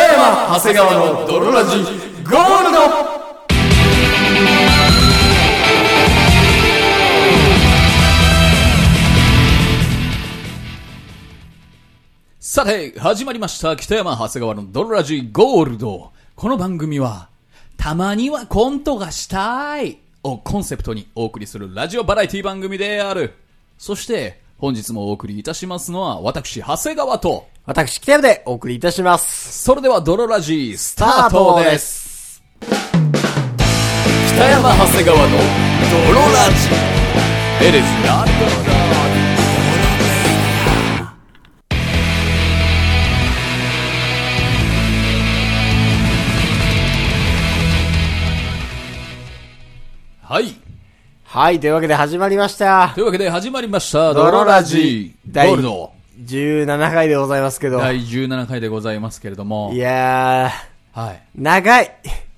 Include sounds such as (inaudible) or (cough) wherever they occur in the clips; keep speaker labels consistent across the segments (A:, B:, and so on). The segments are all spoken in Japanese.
A: 長谷川の泥ラジゴールドさて、始まりました。北山長谷川の泥ラジゴールド。この番組は、たまにはコントがしたいをコンセプトにお送りするラジオバラエティ番組である。そして、本日もお送りいたしますのは、私、長谷川と、
B: 私、北山でお送りいたします。
A: それでは、泥ラジスター
B: スター
A: ト
B: ト
A: で。
B: です
A: 北山長谷川の泥ラジ。エレスランドはい。
B: はい、というわけで始まりました
A: と。いうわけで始まりました。
B: ド
A: 泥
B: ロ
A: ラジゴ
B: 第
A: ールド。
B: 17回でございますけど。
A: 第17回でございますけれども
B: い、。や
A: はい。
B: ー、長い。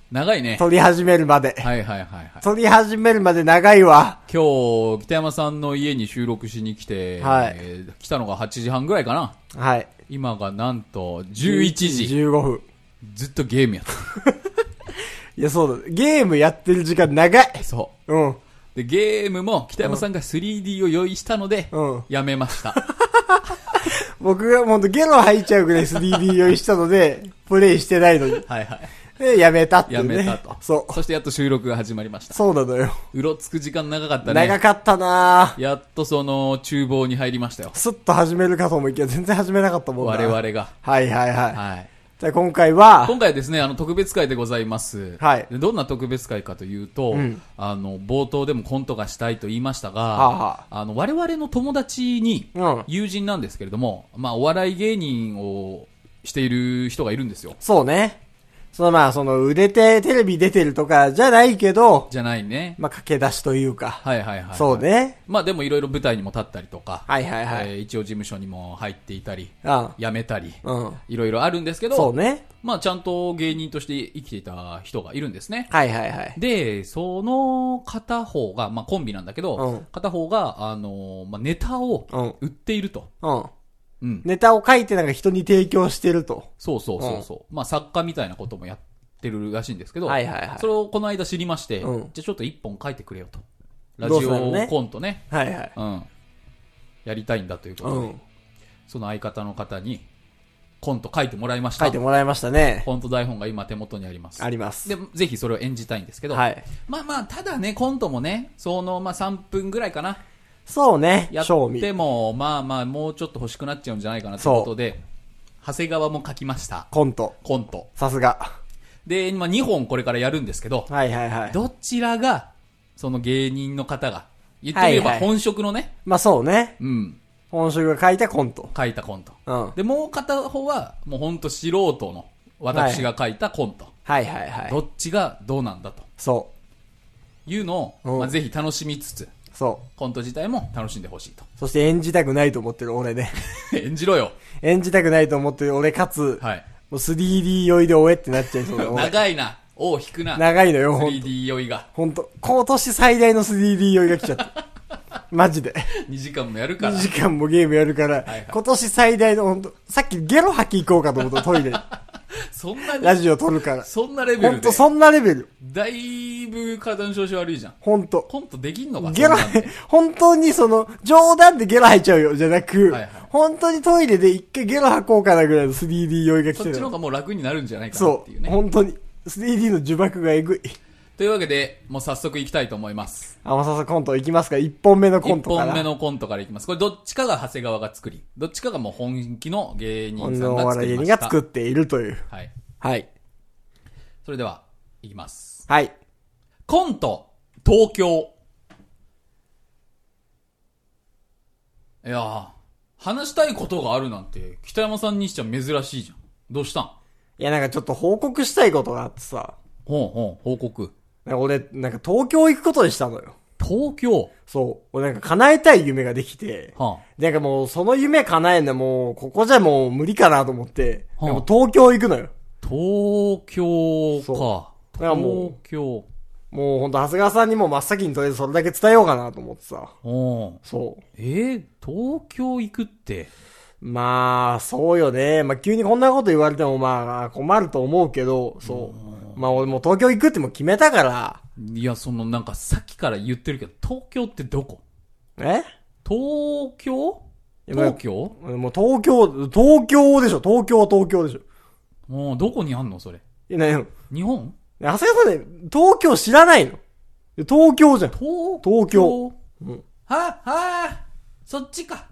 A: 長いね。
B: 撮り始めるまで。
A: はいはいはいはい。
B: 撮り始めるまで長いわ。
A: 今日、北山さんの家に収録しに来て、
B: はい
A: えー来たのが8時半ぐらいかな。
B: はい。
A: 今がなんと11時。
B: 15分。
A: ずっとゲームやって
B: いや、そうだ。ゲームやってる時間長い
A: た。。そ
B: うん。
A: う。で、ゲームも北山さんが 3D を用意したので、
B: うん
A: やめま
B: (laughs)
A: した。
B: 僕がほんとゲロ吐いちゃうぐらい 3D 用意したので、 (laughs) プレイしてないのに。
A: はいはい。
B: で、やめたってい
A: や
B: うね。
A: めたと。
B: そう。
A: してやっと収録が始まりました。
B: そうなのよ。
A: うろつく時間長かったね。
B: 長かったな
A: やっとその厨房に入りましたよ
B: ぁ。。スッと始めるかと思いきや、全然始めなかったもんな。
A: 我々が。
B: はいはいはい。
A: はい。
B: じゃあ今回は、
A: 今回はですね、あの、特別会でございます。
B: はい
A: でどんな特別会かというと、
B: うん
A: あの、冒頭でもコントがしたいと言いましたが、
B: あは
A: あの、我々の友達に、
B: うん。
A: 友人なんですけれども、まあ、お笑い芸人をしている人がいるんですよ。
B: そうね。そのまあ、その売れてテレビ出てるとかじゃないけど、
A: じゃないね。
B: まあ駆け出しというか。
A: はいはいはい。
B: そう。ね。
A: まあ、でもいろいろ舞台にも立ったりとか、
B: はいはいは
A: えー
B: い。
A: 一応事務所にも入っていたり、
B: あ
A: 辞めたり、
B: うん。
A: いろいろあるんですけ
B: そ
A: ど、
B: うね。
A: まあ、ちゃんと芸人として生きていた人がいるんですね。
B: はいはいはい。
A: で、その片方が、まあ、コンビなんだけど、
B: うん
A: 片方が、あのーまあ、ネタを
B: うん。
A: 売っていると。
B: うん。
A: うん。
B: ネタを書いてなんか人に提供してると。
A: そうそうそうそう。まあ、作家みたいなこともやってるらしいんですけど、
B: はいはいはい
A: それをこの間知りまして、
B: うん
A: じゃあちょっと一本書いてくれよと。ラジ
B: どうするのね
A: オコントね。
B: はいはい。
A: うん。やりたいんだということで、
B: うん。
A: その相方の方に、コント書いてもらいました。
B: 書いてもらいましたね。
A: コント台本が今手元にあります
B: あ。ります
A: で。、ぜひそれを演じたいんですけど、
B: はい。
A: まあまあ、ただね、コントもね、その、まあ3分ぐらいかな。
B: そうね。
A: やっ
B: 賞味。
A: ても、まあまあ、もうちょっと欲しくなっちゃうんじゃないかなということで、長谷川も書きました。
B: コント。
A: コント。
B: さすが。
A: で、今2本これからやるんですけど、
B: はいはいはい。
A: どちらが、その芸人の方が、言ってみれば
B: はいはい
A: 本職のね、
B: まあそうね。
A: うん、
B: 本職が書いたコント。
A: 書いたコント。
B: うん。はい
A: で、もう片方は、もうほんと素人の、私が書いたコント。
B: はいはい
A: ど。っちがどうなんだと
B: そ
A: いうの
B: う
A: を、
B: ん
A: まあ、ぜひ楽しみつつ、
B: う。そう。
A: コント自体も楽しんでほしいと。 (laughs)
B: そして演じたくないと思ってる俺ね。
A: 演じろよ。
B: 演じたくないと思ってる俺かつ、
A: はい。
B: もう 3D 酔いで終えってなっちゃいそうだ俺
A: 長いな。尾を引くな。
B: 長いのよ、ほんと。
A: 3D 酔いが。
B: ほんと。今年最大の 3D 酔いが来ちゃった。マジで。
A: 2時間もやるから
B: 2。時間もゲームやるから、
A: はい
B: 今年最大のほんと、さっきゲロ吐き行こうかと思ったト
A: (laughs)
B: イレ。
A: そんなに、
B: ラジオ撮るから。
A: そんなレベ
B: ほ
A: ル
B: ん
A: で
B: と、。そんなレベル。
A: だいぶ体の調子悪いじゃん。
B: ほんと。
A: コントできんのか
B: ゲ
A: そ
B: ロ
A: んなんで、
B: 本当にその、冗談でゲロ吐いちゃうよ、じゃなく、
A: はいはい
B: 本当にトイレで一回ゲロ吐こうかなぐらいの 3D 酔いが来
A: そ
B: て
A: っちの方
B: る。
A: がもう楽になるんじゃないかなっ
B: そ
A: ていう
B: う、
A: ね。
B: 本当に。3D の呪縛がえぐい。
A: というわけで、もう早速いきたいと思います。
B: あ、もうささコントいきますか一本目のコン
A: 1
B: トから。
A: 本目のコントからいきます。これどっちかが長谷川が作り、どっちかがもう本気の芸人さ
B: の
A: ん
B: お
A: が作
B: 笑い
A: り
B: 芸
A: ま
B: 人
A: した。
B: が作っているという。
A: はい。
B: はい。
A: それでは、いきます。
B: はい。
A: コント、東京。いやー、話したいことがあるなんて、北山さんにしちゃ珍しいじゃん。どうしたん
B: いや、なんかちょっと報告したいことがあってさ。
A: ほうほう、報告。
B: なんか俺、なんか東京行くことにしたのよ。
A: 東京
B: そう。俺なんか叶えたい夢ができて。
A: は
B: なんかもう、その夢叶えんのもう、ここじゃもう無理かなと思って、
A: はあ
B: なんか東京行くのよ。
A: あ、東京か
B: そ。だからもう
A: 東京。
B: もうほんと、長谷川さんにも真っ先にとりあえずそれだけ伝えようかなと思ってさ。
A: うん。
B: そ
A: えー、東京行くって、
B: う。まあ、そうよね。まあ、急にこんなこと言われても、まあ、困ると思うけど、そう。まあ、俺もう東京行くってもう決めたから。
A: いや、そのなんかさっきから言ってるけど、東京ってどこ
B: え
A: 東京
B: いや
A: 東京
B: もう東京、東京でしょ。東京は東京でしょ。
A: もうどこにあんのそれ。
B: いや、ね、
A: 日本
B: 長谷川さんね、東京知らないの東京じゃん。
A: 東
B: 東京。うん
A: はあ、はあ、そっちか。は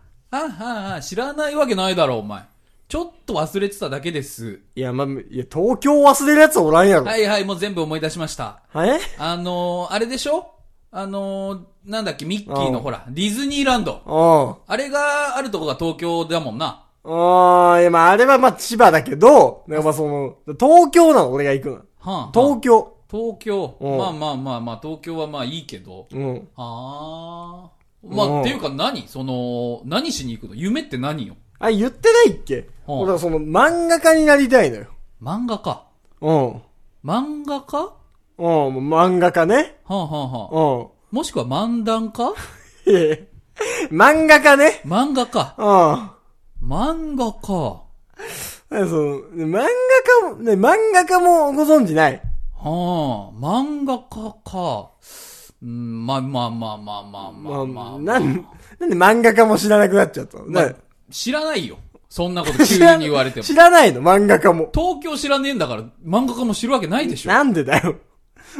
A: あ、はあ、知らないわけないだろ、お前。ちょっと忘れてただけです。
B: いや、まあ、いや、東京忘れるやつおらんやろ。
A: はいはい、もう全部思い出しました。
B: え
A: あのー、あれでしょあのー、なんだっけ、ミッキー
B: う
A: の
B: ん
A: ほら、ディズニーランド。
B: うん。
A: あれがあるとこが東京だもんな。
B: あーいや、まあ、あれはまあ、千葉だけど、なんかまあその、東京なの、俺が行くの。
A: はんはん
B: 東京。
A: 東京。
B: うん
A: まあまあまあまあ、東京はまあいいけど。
B: うん。
A: あー。まあ、
B: うん
A: っていうか何その、何しに行くの夢って何よ
B: あ、言ってないっけ
A: うん
B: 俺はその、漫画家になりたいのよ。
A: 漫画か。
B: う
A: 漫画家は
B: ん。うん、もう漫画家ね。
A: あ、はあはあ、
B: うん。
A: もしくは漫談家
B: いやいや漫画家ね。
A: 漫画か。
B: うん。なん
A: 漫画か。
B: かその、漫画家も、ね、漫画家もご存知ない。
A: はあ、漫画家か。うん、まあまあまあまあまあまあまあ、ま
B: な
A: あ。
B: ん、なんで漫画家も知らなくなっちゃったの、
A: まあ
B: な
A: 知らないよ。そんなこと急
B: 知ら
A: に言われても。
B: 知らないの、漫画家も。
A: 東京知らねえんだから、漫画家も知るわけないでしょ。
B: なんでだよ。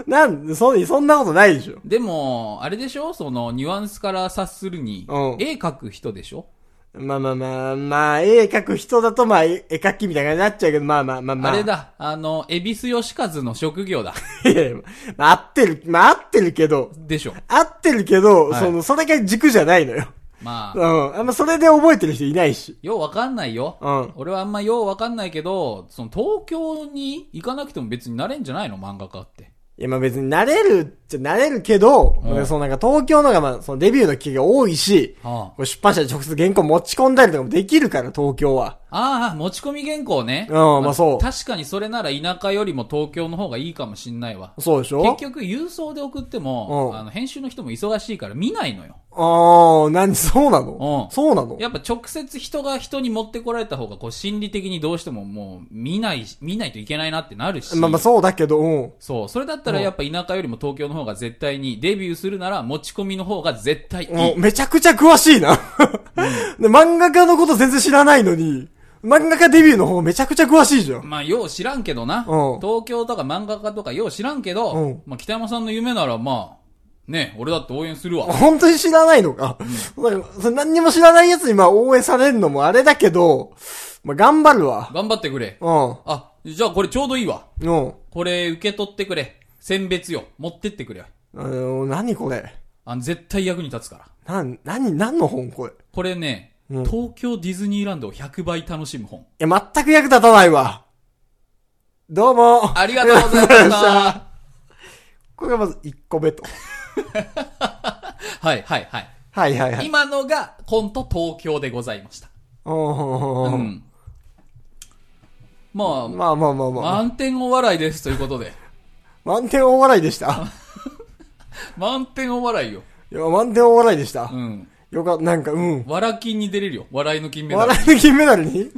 B: なんで、そ、そんなことないでしょ。
A: でも、あれでしょその、ニュアンスから察するに、
B: うん
A: 絵描く人でしょ
B: まあまあまあ、まあ、絵描く人だと、まあ、絵絵描きみたいな感じになっちゃうけど、まあまあまあま
A: あ
B: あ。
A: れだ、あの、恵比寿義和の職業だ。
B: いやいやまあ、合ってる、まあ合ってるけど、
A: でしょ。
B: 合ってるけど、
A: はい
B: その、それが軸じゃないのよ。
A: ま
B: う
A: あ、
B: ん。あんまそれで覚えてる人いないし。
A: ようわかんないよ。
B: うん
A: 俺はあんまようわかんないけど、その、東京に行かなくても別になれんじゃないの漫画家って。
B: いや、まあ別に慣れるっちゃ慣れるけど、
A: うん
B: そのなんか東京のがまあ、そのデビューの企業多いし、
A: は
B: こう出版社に直接原稿持ち込んだりとかもできるから、東京は。
A: ああ、持ち込み原稿ね。
B: うんまあそう
A: 確かにそれなら田舎よりも東京の方がいいかもしんないわ。
B: そうでしょ
A: 結局、郵送で送っても、
B: うん
A: あの、編集の人も忙しいから見ないのよ。
B: ああ、なんそうなの
A: うん
B: そうなの
A: やっぱ直接人が人に持ってこられた方が、こう、心理的にどうしてももう、見ない、見ないといけないなってなるし。
B: まあまあそうだけど、うん。
A: そう。それだったらやっぱ田舎よりも東京の方が絶対に、デビューするなら持ち込みの方が絶対いい。
B: もうめちゃくちゃ詳しいな、 (laughs) で。漫画家のこと全然知らないのに、漫画家デビューの方めちゃくちゃ詳しいじゃん。
A: まあ、よう知らんけどな。
B: うん
A: 東京とか漫画家とかよう知らんけど、
B: うん
A: まあ、北山さんの夢ならまあ、ね、俺だって応援するわ。
B: 本当に知らないのか。なんかそれ何にも知らないやつにまあ応援されるのもあれだけど、まあ頑張るわ。
A: 頑張ってくれ。
B: う
A: あ、じゃあこれちょうどいいわ。
B: ん。うん。
A: これ受け取ってくれ。選別よ。持ってってくれ。
B: あの何これ。
A: あの、絶対役に立つから。
B: なん、何、何の本これ。い
A: これね、
B: うん
A: 東京ディズニーランドを100倍楽しむ本。
B: や、全く役立たないわ。どうも。
A: ありがとうございました。
B: これがまず1個目と。
A: (laughs) はい、はい、はい。
B: はいはいはい。
A: 今のがコント東京でございました。
B: う。
A: うんん。まあ、
B: まあまあまあまあ。
A: 満点お笑いですということで。
B: 満点大笑いでした。
A: 満点お笑いよ。
B: いや、満点大笑いでした
A: う。ん。
B: よかった、なんか、うん。
A: 笑金に出れるよ。笑いの金メダル。
B: 笑いの金メダ
A: (laughs)
B: ルに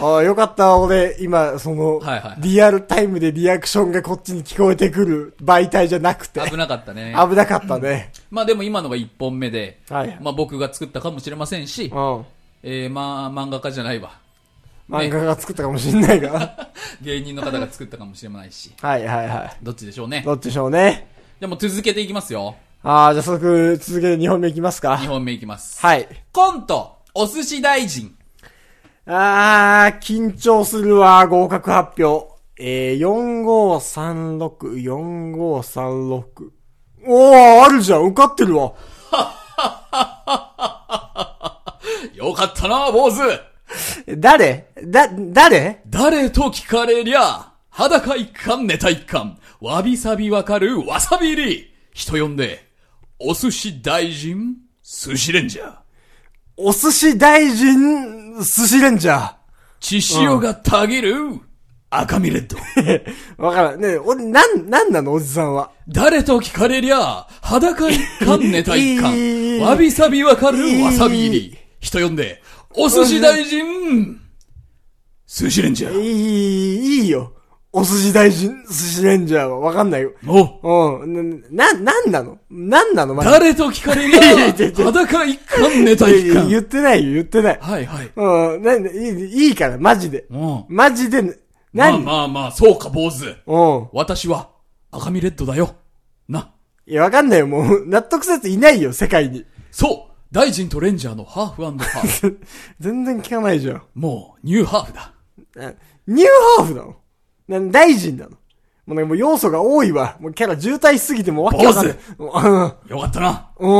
B: ああ、よかった、俺、今、その、
A: はいはい
B: リアルタイムでリアクションがこっちに聞こえてくる媒体じゃなくて、
A: 危なかったね。
B: 危なかったね。
A: まあでも今のが1本目で、
B: はいはい
A: まあ僕が作ったかもしれませんし
B: う、ん。
A: えー、まあ漫画家じゃないわ。 (laughs)
B: 漫画が作ったかもしんないが。
A: 芸人の方が作ったかもしれないし。
B: はいはいは
A: どっちでしょう
B: い。
A: ね。
B: どっちでしょうね。
A: でも続けていきますよ。
B: ああ、じゃあ早速、続けて2本目いきます
A: 2
B: か。
A: 本目いきます。
B: はい。
A: コント、お寿司大臣。
B: ああ、緊張するわ、合格発表。えー、4536、4536。おー、あるじゃん、受かってるわ。
A: よかったな、坊主。
B: 誰だ、誰
A: 誰と聞かれりゃ、裸一貫、ネタ一貫、わびさびわかる、わさび入り。人呼んで、お寿司大臣、寿司レンジャー。
B: お寿司大臣、寿司レンジャ
A: 血潮がたぎる、赤身レッド。
B: ー。わからん。ねえ俺、なん、なんなの、おじさんは。
A: 誰と聞かれりゃ、裸一貫、ネタ一
B: いい
A: 貫、わびさびわかる、わさび入
B: いい
A: り。人呼んで、お寿司大臣寿司レンジャ
B: い
A: ー。
B: い、いいよ。お寿司大臣、寿司レンジャーはわかんないよ。
A: お
B: うん。な、な、なんなのなんなのマジで
A: 誰と聞かれるか、裸一貫ネタ一
B: いやいや言
A: 貫。
B: ってないよ、言ってない。
A: はいはい。
B: うん、なんで、いいいいから、マジで。
A: うん。
B: マジで、
A: まあ
B: 何、
A: まあまあ、そうか、坊主。
B: うん。
A: 私は、赤身レッドだよ。な。
B: いや、わかんないよ、もう。納得するやついないよ、世界に。 (laughs)
A: そう大臣とレンジャーのハーフハーフ。
B: 全然聞かないじゃん。
A: もう、ニューハーフだ。
B: あニューハーフなのなん大臣なのもうなんかもう要素が多いわ。もうキャラ渋滞しすぎてもうわけわかんない。
A: よかったな。
B: うん。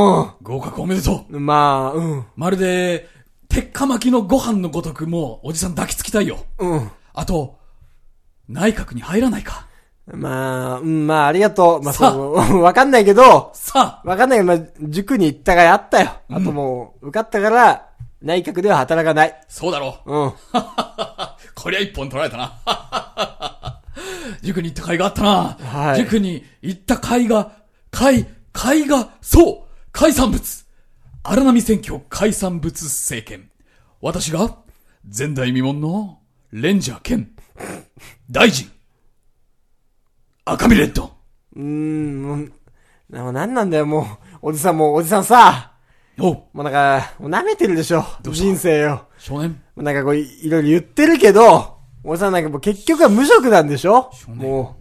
A: 合格おめでとう。
B: うん。まあ、うん。
A: まるで、鉄火巻きのご飯のごとくもう、おじさん抱きつきたいよ。
B: うん。
A: あと、内閣に入らないか。
B: まあ、うん、まあ、ありがとう。まあ、
A: さあ
B: そう、 (laughs) わかんないけど、
A: さあ、
B: わかんないけど、まあ、塾に行ったがあったよ。あともう、受かったから、内閣では働かない。
A: そうだろう。
B: うん。
A: こりゃ一本取られたな。 (laughs) 塾に行った甲斐があったな。
B: はい
A: 塾に行った甲斐が、甲斐、甲斐が、そう海産物荒波選挙海産物政権。私が、前代未聞の、レンジャー兼、大臣、赤身レッド。
B: うーん、もう、なもう何なんだよ、もう。おじさんもう、おじさんさ、
A: おう
B: もうなんか、もう舐めてるでしょ。
A: うした
B: 人生よ。
A: 少年。
B: もうなんかこう、いいろいろ言ってるけど、おじさんなんかもう結局は無職なんでしょ
A: うね
B: も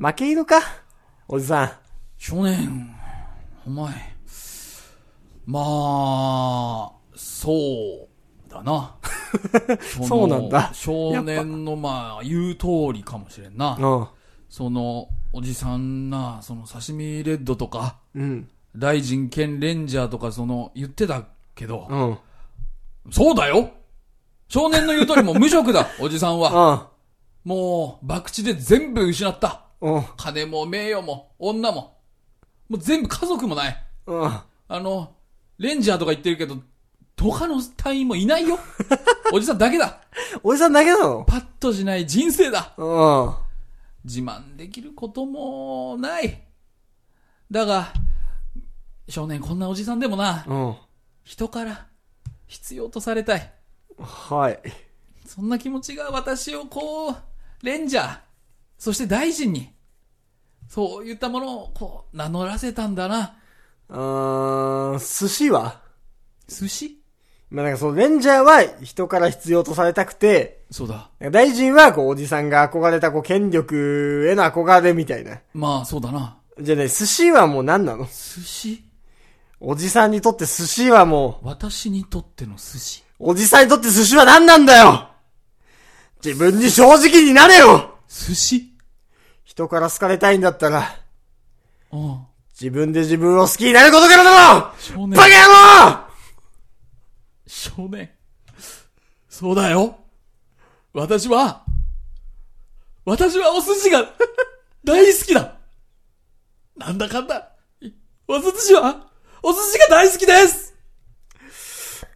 B: う、負け犬かおじさん。
A: 少年、お前、まあ、そうだな。の
B: (laughs) そうなんだ
A: 少年のまあ、言う通りかもしれんな。
B: うん。
A: その、おじさんな、その刺身レッドとか、
B: うん。
A: 大臣兼レンジャーとか、その、言ってたけど、
B: うん。うん。
A: そうだよ少年の言う通りもう無職
B: (laughs)
A: だ、おじさんは。
B: う
A: もう、博打で全部失った。
B: ん。
A: 金も名誉も、女も。もう全部家族もない。
B: うん。
A: あの、レンジャーとか言ってるけど、他の隊員もいない (laughs) よ。おじさんだけだ。
B: おじさんだけなの
A: パッとしない人生だ。
B: うん。
A: 自慢できることもない。だが、少年こんなおじさんでもな、
B: うん。
A: 人から必要とされたい。
B: はい。
A: そんな気持ちが私をこう、レンジャー、そして大臣に、そういったものをこう、名乗らせたんだな。
B: うーん、寿司は
A: 寿司
B: まあ、なんかそのレンジャーは人から必要とされたくて、
A: そうだ。
B: なんか大臣はこうおじさんが憧れたこう権力への憧れみたいな。
A: まあ、そうだな。
B: じゃあね、寿司はもう何なの
A: 寿司
B: おじさんにとって寿司はも
A: 私にとっての寿司。
B: う、おじさんにとって寿司は何なんだよ自分に正直になれよ
A: 寿司
B: 人から好かれたいんだったら、
A: うん。
B: 自分で自分を好きになることからだ
A: 少
B: ろ
A: 年
B: バ。カ野郎
A: 少年。そうだよ。私は、私はお寿司が (laughs) 大好きだ。なんだかんだ。いお寿司は、お寿司が大好きです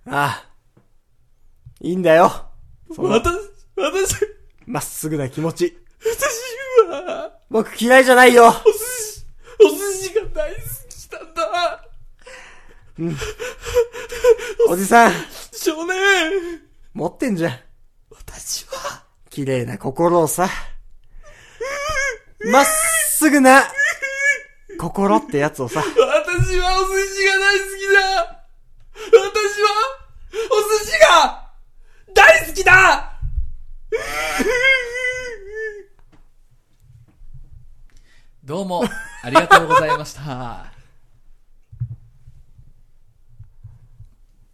B: ああ。いいんだよ。その
A: 私、私、私
B: まっすぐな気持ち。
A: は、
B: 僕嫌いじゃないよ。
A: お寿司、お寿司が大好きなんだ。
B: おじさん、
A: 少年。
B: 持ってんじゃん。
A: 私は、
B: 綺麗な心をさ。まっすぐな、心ってやつをさ。
A: 私はお寿司が大好きだ私はお寿司が大好きだどうも、ありがとうございました。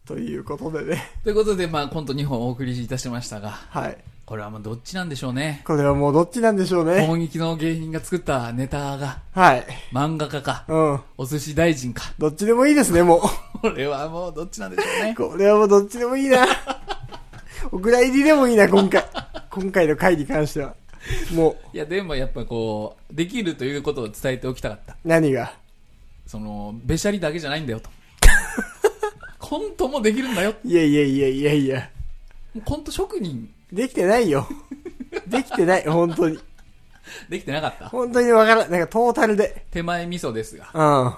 B: ということでね。
A: ということで、まあ、コント2本お送りいたしましたが、
B: はい。
A: これはまあ、どっちなんでしょうね。
B: これはもうどっちなんでしょうね。
A: 攻撃の芸人が作ったネタが、
B: はい。
A: 漫画家か、
B: うん。
A: お寿司大臣か。
B: どっちでもいいですね、も
A: これはもう、どっちなんでしょうね
B: う。。 (laughs) これはもうどっちでもいいな。 (laughs) お蔵入りでもいいな、今回。今回の回に関しては。も
A: いや、でもやっぱこう、できるということを伝えておきたかった。
B: う、何が。
A: その、べしゃりだけじゃないんだよ
B: (laughs)
A: と。コントもできるんだよ。
B: いやいやいやいやいや。
A: もうコント職人
B: できてないよ。できてない、本当に。
A: できてなかった。
B: 本当にわからん。なんかトータルで。
A: 手前味噌ですが。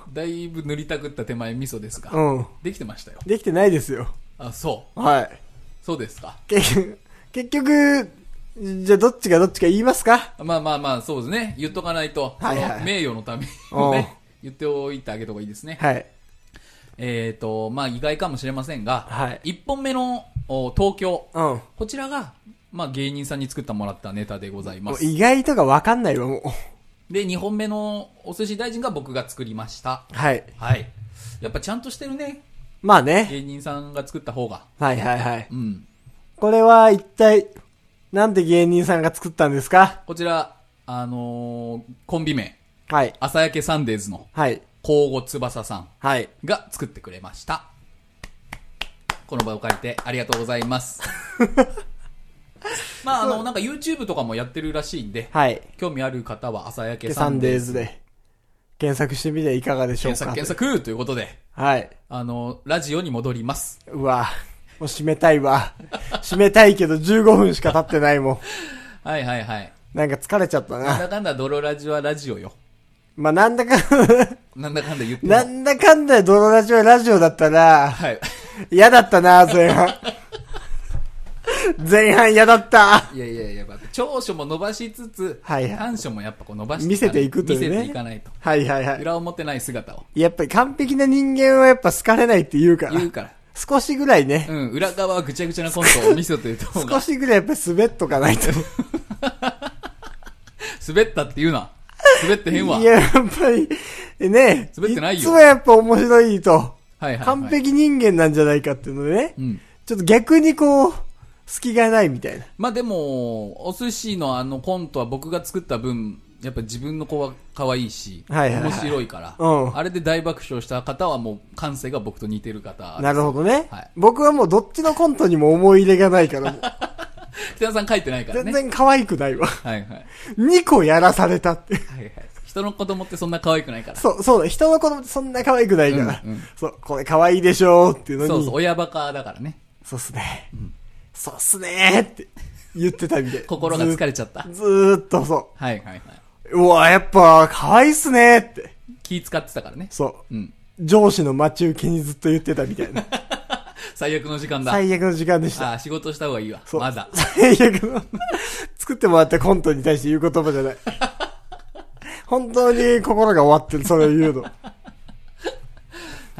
B: うん。
A: だいぶ塗りたくった手前味噌ですが。
B: うん。
A: できてましたよ。
B: できてないですよ。
A: あ、そう。
B: はい。
A: そうですか。
B: け結局、じゃあどっちがどっちか言いますか
A: まあまあまあ、そうですね。言っとかないと、
B: はいはい
A: その名誉のためにね、言っておいてあげた方がいいですね。
B: はい。
A: えっ、と、まあ意外かもしれませんが、
B: はい
A: 1本目のお東京、
B: うん。も
A: こちらが、まあ芸人さんに作ってもらったネタでございま
B: う
A: す。
B: 意外とかわかんないわ、もう。
A: で、2本目のお寿司大臣が僕が作りました。
B: はい。
A: はい。やっぱちゃんとしてるね。
B: まあね。
A: 芸人さんが作った方が。
B: はいはいはい。
A: うん。
B: これは一体、なんで芸人さんが作ったんですか
A: こちら、あのーコンビ名、
B: はい。
A: 朝焼けサンデーズの
B: はい。
A: 交互翼さん
B: はい。
A: が作ってくれました。この場を借りてありがとうございます。まあ、あの、なんか YouTube とかもやってるらしいんで、
B: はい。
A: 興味ある方は朝焼け
B: で
A: サ
B: サ
A: ン
B: ン
A: デ
B: デ
A: ー
B: ー
A: ズ
B: ズで検索してみてはいかがでしょう
A: 検
B: か
A: 索検索ということで、
B: はい。
A: あの、ラジオに戻ります。
B: うわ。もう締めたいわ。締めたいけど15分しか経ってないもん。
A: はいはいはい。
B: なんか疲れちゃっ
A: な
B: た
A: ん
B: な。
A: だかんだ泥ラジはラジオよ。
B: まあ、なんだか、 (laughs)
A: なんだかんだ言っても
B: なんだかんだ泥ラジオはラジオだったら、
A: はい。
B: 嫌だったな、前半。前半嫌だった。
A: いやいやいや、やっぱ長所も伸ばしつつ、
B: はいはい
A: 短所もやっぱこう伸ばして
B: 見せていくというね
A: 見せていかないと。
B: はいはいは
A: 裏表ない姿を
B: い。やっぱり完璧な人間はやっぱ好かれないって言うから
A: 言。うから。
B: 少しぐらいね
A: う。ん、裏側はぐちゃぐちゃなコントを見せていた方
B: 少
A: が、
B: しぐらいやっぱり滑っとかないと。
A: 滑ったって言うな。滑ってへんわ。
B: いや、やっぱり、ね。
A: 滑ってないよ
B: いつもやっぱ面白いと、
A: はいはい、はい。
B: 完。璧人間なんじゃないかっていうのでね
A: う。ん。
B: ちょっと逆にこう、隙がないみたいな。
A: まあでも、お寿司のあのコントは僕が作った分、やっぱ自分の子は可愛いし、
B: はいはいはい
A: 面白いから、
B: うん
A: あれで大爆笑した方はもう感性が僕と似てる方。
B: なるほどね、
A: はい
B: 僕はもうどっちのコントにも思い入れがない
A: (laughs)
B: から、もう
A: 北田さん書いてないからね。
B: 全然可愛くないわ。 (laughs)
A: はいはい。
B: 2個やらされたって。 (laughs)
A: はいはい。人の子供ってそんな可愛くないから。
B: そう、そうだ、人の子供ってそんな可愛くないから。
A: うんうん
B: そう、これ可愛いでしょーっていうのに。
A: そうそう、親バカだからね。
B: そうっすね。そうっすねーって言ってたみたい。
A: 心が疲れちゃった。
B: ずーずーっとそ
A: はいはいはい。
B: う。うわ、やっぱ可愛いっすねーって。
A: 気使ってたからね。
B: そうう。
A: ん。
B: 上司の待ち受けにずっと言ってたみたい (laughs) な。
A: 最悪の時間だ。
B: 最悪の時間でした。
A: ああ、仕事した方がいいわ。
B: そう
A: まだ。
B: 最悪の作ってもらったコントに対して言う言葉じゃない。本当に心が終わってる、それを言うの。
A: は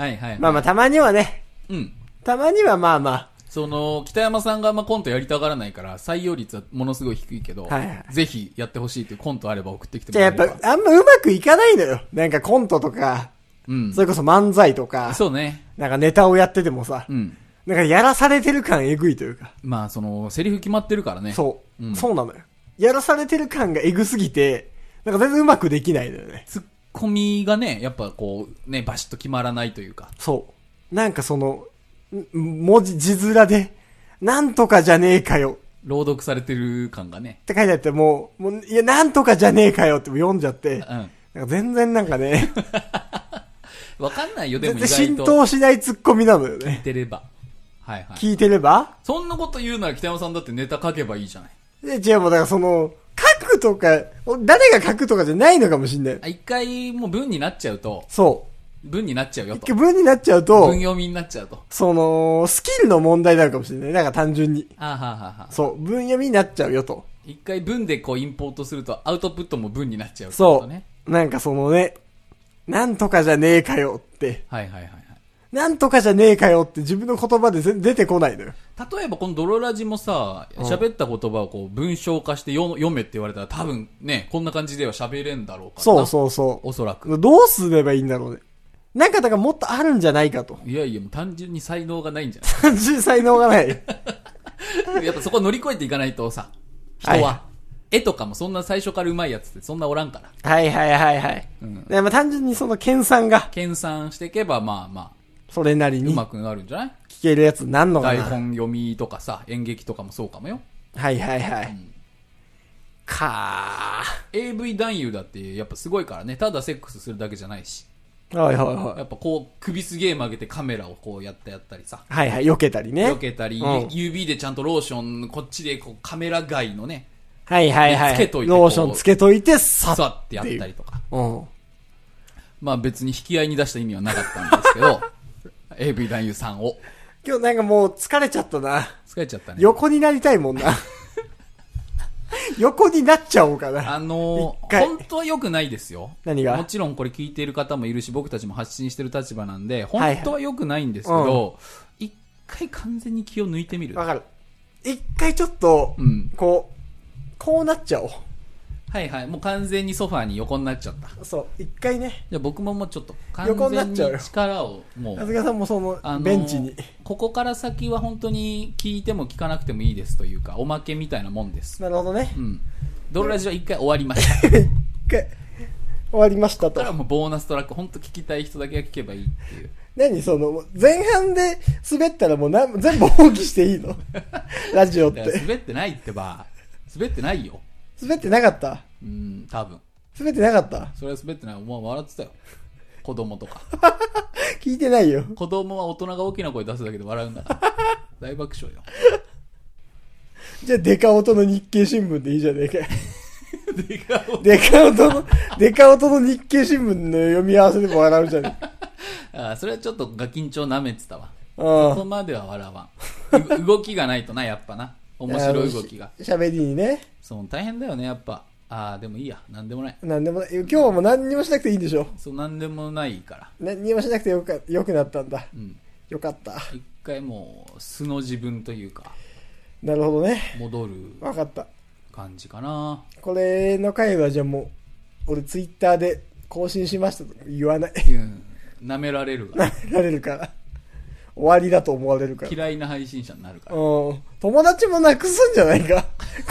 A: いはい。
B: まあまあ、たまにはね。
A: うん。
B: たまにはまあま
A: その、北山さんがあんまコントやりたがらないから、採用率はものすごい低いけど、
B: はいはい
A: ぜひやってほしいというコントあれば送ってき
B: あ。
A: て
B: じ
A: も
B: ゃあ
A: らえ
B: やっ
A: れば。
B: ぱ、あんまうまくいかないのよ。なんかコントとか、
A: うん。
B: それこそ漫才とか、
A: そうね。
B: なんかネタをやっててもさ
A: う、ん。
B: なんかやらされてる感えぐいというか。
A: まあ、その、セリフ決まってるからね。
B: そう、
A: うん
B: そうなのよ。やらされてる感がえぐすぎて、なんか全然うまくできないのよね。
A: ツッコミがね、やっぱこう、ね、バシッと決まらないというか。
B: そう。なんかその、ん文字、字面で、なんとかじゃねえかよ。
A: 朗読されてる感がね
B: っ。て書いてあって、もう、もう、いや、なんとかじゃねえかよって読んじゃって、
A: うん。
B: なんか全然なんかね、
A: わかんない (laughs) よ、で
B: 全
A: も意
B: 然
A: 外
B: 浸
A: と。
B: 透しないツッコミなのよ
A: 聞い
B: ね。
A: てれば。はいはい。
B: 聞いてれば
A: そんなこと言うなら北山さんだってネタ書けばいいじゃない。
B: で、違う、もうだからその、書くとか、誰が書くとかじゃないのかもしんない
A: あ。一回もう文になっちゃうと、
B: そう。
A: 文になっちゃうよ
B: 一
A: と
B: 回。文になっちゃうと
A: 文、読みになっちゃうと。
B: その、スキルの問題になるかもしれない。だから単純に。
A: あーはーはーはー
B: そう、文読みになっちゃうよと。
A: 一回文でこうインポートするとアウトプットも文になっちゃうってこと
B: そ
A: ね。
B: う。なんかそのね、なんとかじゃねえかよって、
A: はいはいはいはい。
B: なんとかじゃねえかよって自分の言葉で全出てこないのよ。
A: 例えばこのドロラジもさ、
B: ん
A: 喋った言葉をこう文章化して読読めって言われたら多分ね、こんな感じでは喋れんだろうからな。
B: そうそうそう。
A: おそらく。。
B: どうすればいいんだろうね。なんかだからもっとあるんじゃないかと (laughs)
A: いやいや、もう単純に才能がないんじゃ
B: 単純才能がない。
A: ない (laughs) やっぱそこ乗り越えていかないとさ、人
B: はい
A: は。絵とかもそんな最初から上手いやつってそんなおらんから。
B: はいはいはいはい。
A: うん
B: でまあ、単純にその研鑽が、
A: 研鑽していけば、まあまあ、
B: それなり
A: う
B: に
A: ま
B: 聞
A: くなるんじゃない
B: けるやつなんのか
A: 台
B: な。はい
A: 本読みとかさ、演劇とかもそうかもよ。
B: はいはい。
A: ん
B: か
A: AV 男優だってやっぱすごいからね、ただセックスするだけじゃないし。
B: ー。はいはいは
A: やっぱこう、首すげえ曲げてカメラをこうやったやったりさ。
B: い。はいはい、避けたりね。
A: 避けたり、
B: うん
A: 指でちゃんとローション、こっちでこうカメラ外のね、
B: はいはいはい。
A: つけといて
B: ローショ
A: こ
B: ン
A: う
B: つけといて、さ
A: 座
B: っ。
A: ってやったりとか。
B: うん。 (laughs)
A: まあ別に引き合いに出した意味はなかったんですけど、AV 男優さんを。
B: 今日なんかもう疲れちゃったな。
A: 疲れちゃったね。
B: 横になりたいもんな。 (laughs) 横になっちゃおうかな。
A: あの
B: 一
A: ー
B: 回
A: 本当は良くないですよ。
B: 何が
A: もちろんこれ聞いている方もいるし、僕たちも発信してる立場なんで、本当は良くないんですけど、一、回完全に気を抜いてみる。
B: わかる。一回ちょっと、
A: うん
B: こう、こうなっちゃおう。
A: はいはい。もう完全にソファーに横になっちゃった。
B: そう、一回ね。
A: じゃあ僕ももうちょっと、完
B: 横にな
A: 全
B: っ
A: に
B: ちゃうよ
A: 力をも
B: 長
A: う
B: 谷、川さんもその、
A: あのー
B: ベンチに。
A: ここから先は本当に聞いても聞かなくてもいいですというか、おまけみたいなもんです。
B: なるほどね
A: う。ん。ドロラジは一回終わりました。 (laughs) こ
B: 一回、終わりました
A: こから
B: と。
A: はもうボーナストラック、本当聞きたい人だけが聞けばいいっていう。
B: 何その、前半で滑ったらもうな全部放棄していい
A: (laughs)
B: のラジオっ
A: だから
B: て。
A: 滑ってないってば、滑ってないよ。
B: 滑ってなかった
A: うん、多分。
B: 滑ってなかった
A: それは滑ってない。お前笑ってたよ。子供とか。
B: 聞いてないよ。
A: 子供は大人が大きな声出すだけで笑うんだから。大爆笑よ。
B: じゃあ、デカ音の日経新聞でいいじゃねえかよ。
A: (laughs) でかい
B: デカ音の、デカ音の日経新聞の読み合わせでも笑うじゃね
A: あーそれはちょっとガキンチョ舐めてたわ。
B: えか。
A: そうこ
B: ん。
A: までは笑わん。う動きがないとな、やっぱな。面白い動きが。
B: あの。し喋りにね。
A: そう、大変だよね、やっぱ。ああ、でもいいや。なんでもない。
B: なんでもない、今日はもう何にもしなくていいんでしょ。
A: そう、なんでもないから。
B: 何にもしなくてよか、よくなったんだ。
A: うん。
B: よかった。
A: 一回もう、素の自分というか、
B: なるほどね。
A: 戻る
B: わかった。
A: 感じかな。
B: これの回はじゃあもう、俺ツイッターで更新しましたとか言わない。
A: うん。舐められるから。
B: られるから。終わりだと思われるから。
A: 嫌いな配信者になるから。
B: うん。友達もなくすんじゃないか。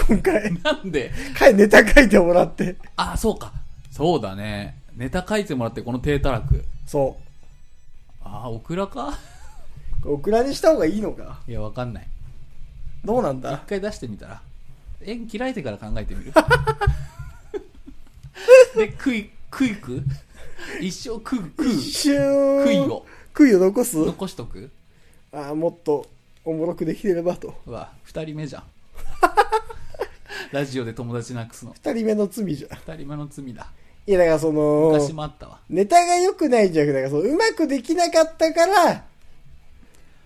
B: 今回。
A: なんで、
B: 回ネタ書いてもらって。
A: あ、そうか。そうだね。ネタ書いてもらって、この低たらく。
B: そ
A: ああ、オクラか
B: う。オクラにした方がいいのか。
A: いや、わかんない。
B: どうなん
A: 一
B: だ
A: 回出してみたら。縁切られてから考えてみる。 (laughs) で、クイ、クイク一生食う、食う。
B: シューン
A: 悔いを。
B: 悔いを残す
A: 残しとく
B: ああ、もっとおもろくできてればと。
A: うわ、二人目じゃん。 (laughs) ラジオで友達なくすの。
B: 二人目の罪じゃん。
A: 二人目の罪だ。
B: いや、だからその、
A: 昔もあったわ。
B: ネタが良くないんじゃなくて、だからそのうまくできなかったから、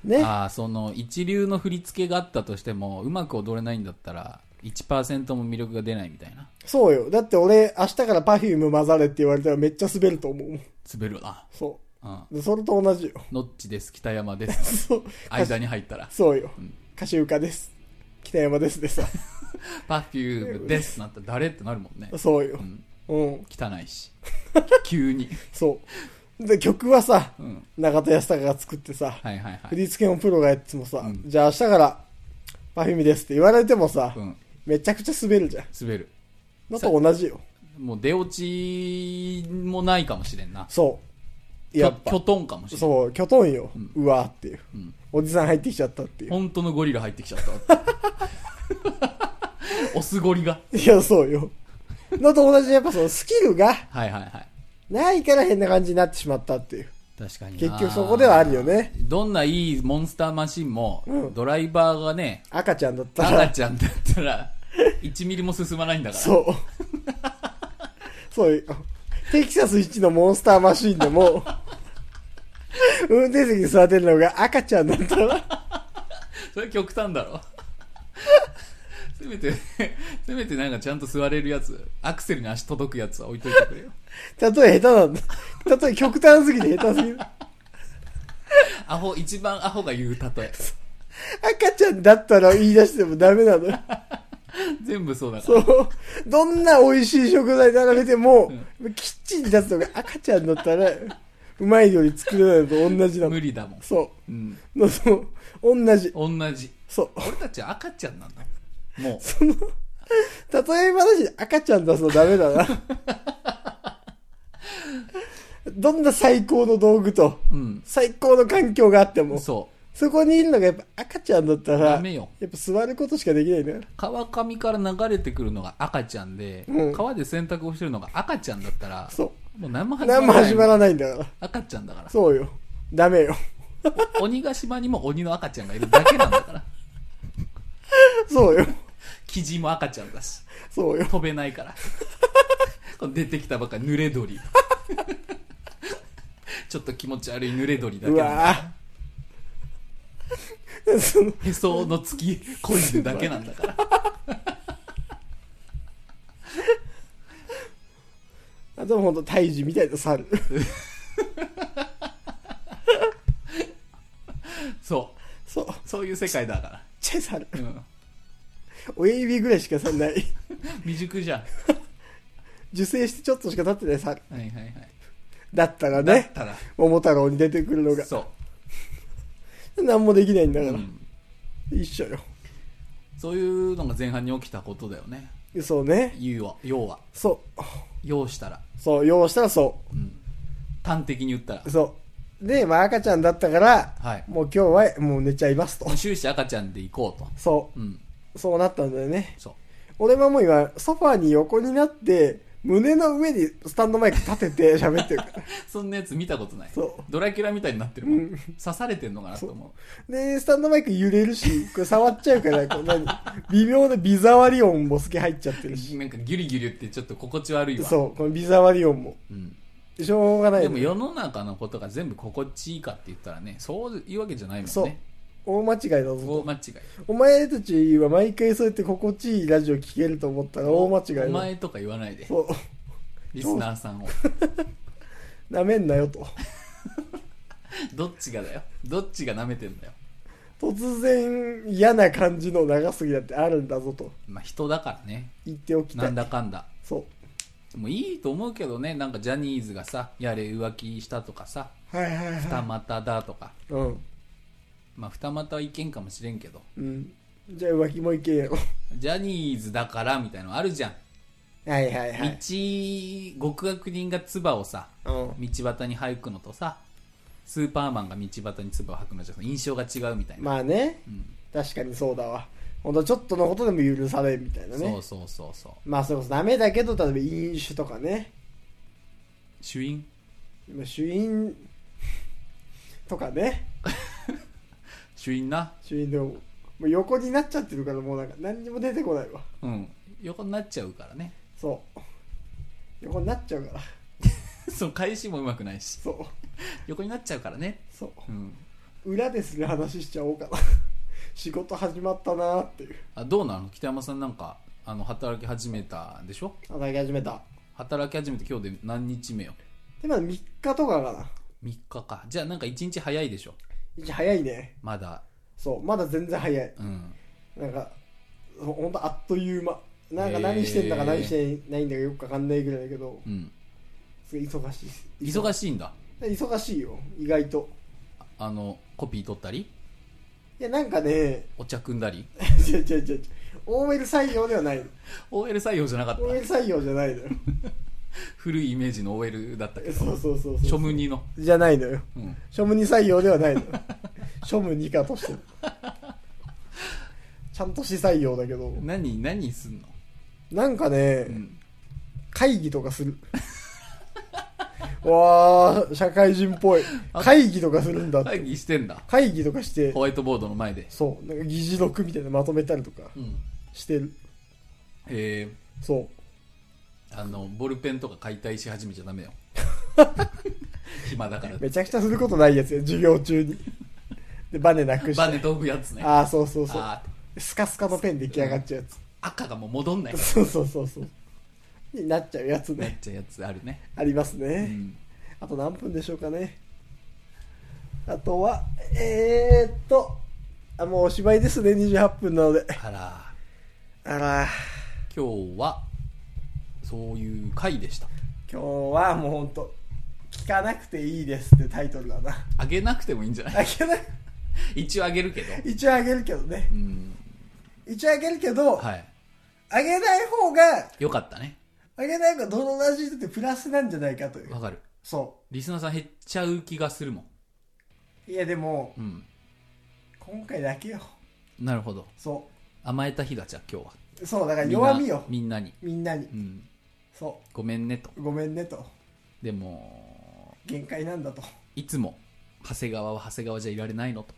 B: ね。
A: ああ、その、一流の振り付けがあったとしても、うまく踊れないんだったら、1%も魅力が出ないみたいな。
B: そうよ。だって俺、明日から Perfume 混ざれって言われたらめっちゃ滑ると思うもん。
A: 滑るな。
B: そ
A: うん。
B: う。でそれと同じよ。
A: ノッチです、北山
B: (laughs)
A: です。
B: そう。
A: 間に入ったら、
B: そうよ。歌手歌です。北山ですでさ。
A: パフュームですなったら誰ってなるもんね。
B: そうよ
A: う。ん。
B: うん。
A: 汚い
B: (laughs)
A: し。急に。
B: そう。で、曲はさ、
A: うん。
B: 中田康隆が作ってさ、
A: はいはいは
B: 振
A: い。
B: り付けもプロがやってもさ、
A: うん
B: じゃあ明日から、パフュームですって言われてもさ、
A: うん。
B: めちゃくちゃ滑るじゃん。
A: 滑る。
B: のと同じよ。
A: もう出落ちもないかもしれんな。
B: そう。
A: き
B: や
A: ょ
B: っ
A: きょ
B: ぱ。
A: とんかもしれん。
B: そう、キョトンよ。
A: ん
B: うわーっていう。
A: うん
B: おじさん入ってきちゃったっていう。
A: 本当のゴリラ入ってきちゃ
B: (laughs)
A: った。オスゴリが。
B: いや、そうよ。のと同じでやっぱそのスキルが
A: はいはいはい。
B: ないから変な感じになってしまったっていう。
A: 確かにな
B: 結局そこではあるよね。
A: どんないいモンスターマシンも、
B: うん
A: ドライバーがね、
B: 赤ちゃんだった
A: 赤
B: ら。
A: ちゃんだった
B: (laughs)
A: ら、1ミリも進まないんだから。
B: そう。そうよ。テキサス一のモンスターマシーンでも、運転席に座ってるのが赤ちゃんだったら、
A: それ極端だろ。 (laughs) せめて、せめてなんかちゃんと座れるやつ、アクセルに足届くやつは置いといてくれよ。
B: たとえ下手なんだ。たとえ極端すぎて下手すぎる。
A: アホ、一番アホが言う例え。
B: 赤ちゃんだったら言い出してもダメなのよ。
A: 全部そうだから。
B: そう。どんな美味しい食材並べても、キッチンに立つのが赤ちゃんだったら、うまい料理作れないのと同じなの
A: 無。理だもん。
B: そ
A: うん。
B: う。の、そう。同じ。
A: 同じ。
B: そう。
A: 俺たちは赤ちゃんなんだもう。
B: 例え話で赤ちゃん出すのダメだな。どんな最高の道具と、
A: うん。
B: 最高の環境があっても、そ
A: そ
B: こにいるのがやっぱ赤ちゃんだったら、
A: ダメよ
B: やっぱ座ることしかできないんだよ。
A: う。川上から流れてくるのが赤ちゃんで、
B: うん
A: 川で洗濯をしてるのが赤ちゃんだったら、
B: そ
A: もう何も
B: う。
A: 始まら
B: 何
A: ない。
B: も始まらないんだから。
A: 赤ちゃんだから。
B: そうよ。ダメよ。
A: 鬼ヶ島にも鬼の赤ちゃんがいるだけなんだから。 (laughs)
B: そうよ。
A: キジも赤ちゃんだし。
B: そうよ。
A: 飛べないから。 (laughs) この出てきたばっかり濡れ (laughs) 鳥。ちょっと気持ち悪い濡れ鳥だけ
B: う
A: ど。
B: わぁ。その
A: へその突き込んでだけなんだから。
B: あともほんと胎児みたいな猿。
A: そう。
B: そう。
A: そういう世界だから。
B: ちっちゃい猿。
A: うん。
B: 親指ぐらいしかさない。
A: 未熟じゃん。
B: 受精してちょっとしか経ってない猿。
A: はいはいはい。
B: だったら
A: だっ
B: ね、
A: たら、
B: 桃太郎に出てくるのが。
A: そ
B: 何もできないんだ
A: う、
B: か
A: う
B: ら。
A: ん。
B: 一緒よ。
A: そういうのが前半に起きたことだよね。
B: そうね。
A: 要は、要は、
B: そう。
A: 要したら、
B: そう、用したらそ
A: 端的に言ったら
B: う。。そう。で、まあ赤ちゃんだったから、
A: はい
B: もう今日はもう寝ちゃいますと。
A: 終始赤ちゃんで行こうと。
B: そ
A: うん。
B: う。そうなったんだよね。
A: そう。
B: 俺はもう今、ソファーに横になって、胸の上にスタンドマイク立てて (laughs) 喋ってるから。
A: そんなやつ見たことない。
B: そう
A: ドラキュラみたいになってるもん。刺されてんのかなと思
B: で、スタンドマイク揺れるし、これ触っちゃうから、こう何微妙なビザ割り音も好き入っちゃってるし。
A: う。なんかギュリギュリってちょっと心地悪いわ。
B: そう、このビザ割り音も。
A: うん。
B: しょうがない
A: で
B: よ
A: も
B: ね、
A: 世の中のことが全部心地いいかって言ったらね、そういうわけじゃないもんね。
B: そう。大間違いだ
A: 大
B: ぞ。
A: 間違い。
B: お前たちは毎回そうやって心地いいラジオ聞けると思ったら大間違いだ。
A: お前とか言わないで。
B: そう。
A: リスナーさんを。
B: なめんなよと。
A: どっちがだよ。どっちが舐めてんだよ。
B: 突然嫌な感じの長すぎだってあるんだぞと
A: まあ人だからね。
B: 言っておきた
A: ないん。だかんだ。
B: そ
A: でもいいと思うけどね、なんかジャニーズがさ、やれ浮気したとかさ、
B: う。はいはい
A: 二
B: は
A: 股だとか。
B: い。うん。
A: まあ二股は意見かもしれんけど。
B: うん。じゃあ浮気もいけんやろ。
A: ジャニーズだからみたいのあるじゃん。
B: はいはいはい。
A: 道、極悪人が唾をさ、
B: うん。
A: 道端に吐くのとさ、スーパーマンが道端に唾を吐くのじゃ印象が違うみたいな。
B: まあね、
A: うん
B: 確かにそうだわ。ほんとちょっとのことでも許されるみたいなね。
A: そうそうそうそう。
B: まあそれこそダメだけど、例えば飲酒とかね。
A: 主因
B: まあ主飲とかね。
A: 主因な。
B: 主飲でも、もう横になっちゃってるからもうなんか何にも出てこないわ。
A: うん。横になっちゃうからね。 (laughs)
B: そう。横になっちゃうから。
A: その返しもうまくないし。
B: そう。
A: 横になっちゃうからね。
B: そう。
A: うん。
B: 裏でする話しちゃおうかな (laughs) 仕事始まったなーっていう
A: あ、どうなの北山さんなんか、あの、働き始めたでしょ
B: 働き始めた
A: 働き始めて今日で何日目よ
B: でまだ3日とかかな
A: ?3 日か。じゃあなんか1日早いでしょ
B: 一早いね
A: まだ。
B: そうまだ全然早い
A: うん。
B: なんかほほんとあっという間なんか
A: へー
B: 何してんだか何してないんだかよくわかんないぐらいだけど
A: うん。
B: すごい忙しいです
A: 忙しいんだ。
B: 忙しいよ意外と
A: あの、コピー取ったり、
B: いやなんかね (laughs)
A: お茶組んだり。
B: 違う違う違う違う OL 採用ではないの
A: OL 採用じゃなかった
B: OL 採用じ
A: (laughs)
B: ゃないのよ
A: 古いイメージの OL だったけ
B: そうそうそう
A: ど、
B: そう
A: ショムニの。
B: じゃないのよ
A: うん。
B: 庶務に採用で
A: (laughs)
B: はないの庶務二課としてのちゃんとし採用だけど
A: 何、何すんの
B: なんかね、
A: うん。
B: 会議とかするわあ社会人っぽい
A: あ
B: 会議とかするんだって
A: 会議してんだ。
B: 会議とかして
A: ホワイトボードの前で。
B: そうなんか議事録みたいなのまとめたりとか
A: うん。
B: してる
A: えー、
B: そう
A: あの、ボールペンとか解体し始めちゃダメよ。 (laughs) 暇だから。
B: めちゃくちゃすることないやつや授業中にでバネなくして
A: バネ飛ぶやつね。
B: ああそうそうそう
A: あー
B: スカスカのペン出来上がっちゃうや
A: 赤がもう戻んない
B: つ。そうそうそうそうになっちゃうやつ
A: なっ
B: ね
A: ちゃうやつあるね。
B: あります
A: う
B: ね、
A: ん。
B: あと何分でしょうかね。あとは、えー、っと、あ、もうおしまいですね、28分なので。
A: あら、
B: あら、
A: 今日は、そういう回でした。
B: 今日はもうほんと、聞かなくていいですってタイトルだな。
A: あげなくてもいいんじゃない
B: あげな、
A: (laughs) 一応あげるけど。
B: 一応あげるけどね
A: う。ん。
B: 一応あげるけど、
A: はい。
B: あげない方が、
A: よかったね。
B: あげない方がどのラジオだってプラスなんじゃないかという
A: わ。かる。
B: そ
A: リスナーさん減っちゃう気がするもん。
B: う。いやでも、
A: うん。
B: 今回だけよ。
A: なるほど。
B: そ
A: 甘えた日だじゃあ今日は。
B: う。そう、だから弱みよ。
A: みんなみんなに。
B: みんなに
A: う。ん。
B: そ
A: ごめんねと。
B: う。ごめんねと。
A: でも、
B: 限界なんだと。
A: いつも、長谷川は長谷川じゃいられないのと。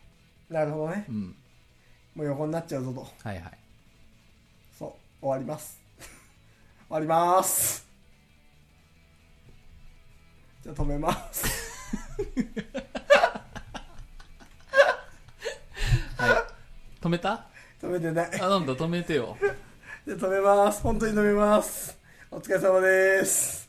B: なるほどね
A: う。ん。
B: もう横になっちゃうぞと。
A: はいはい。
B: そう、終わります。 (laughs) 終わります。じゃあ止めます。
A: 止めた
B: (laughs) 止めて (laughs) ない。
A: あ、なんだ、止めてよ。
B: じゃあ止めます。本当に止めます。お疲れ様です。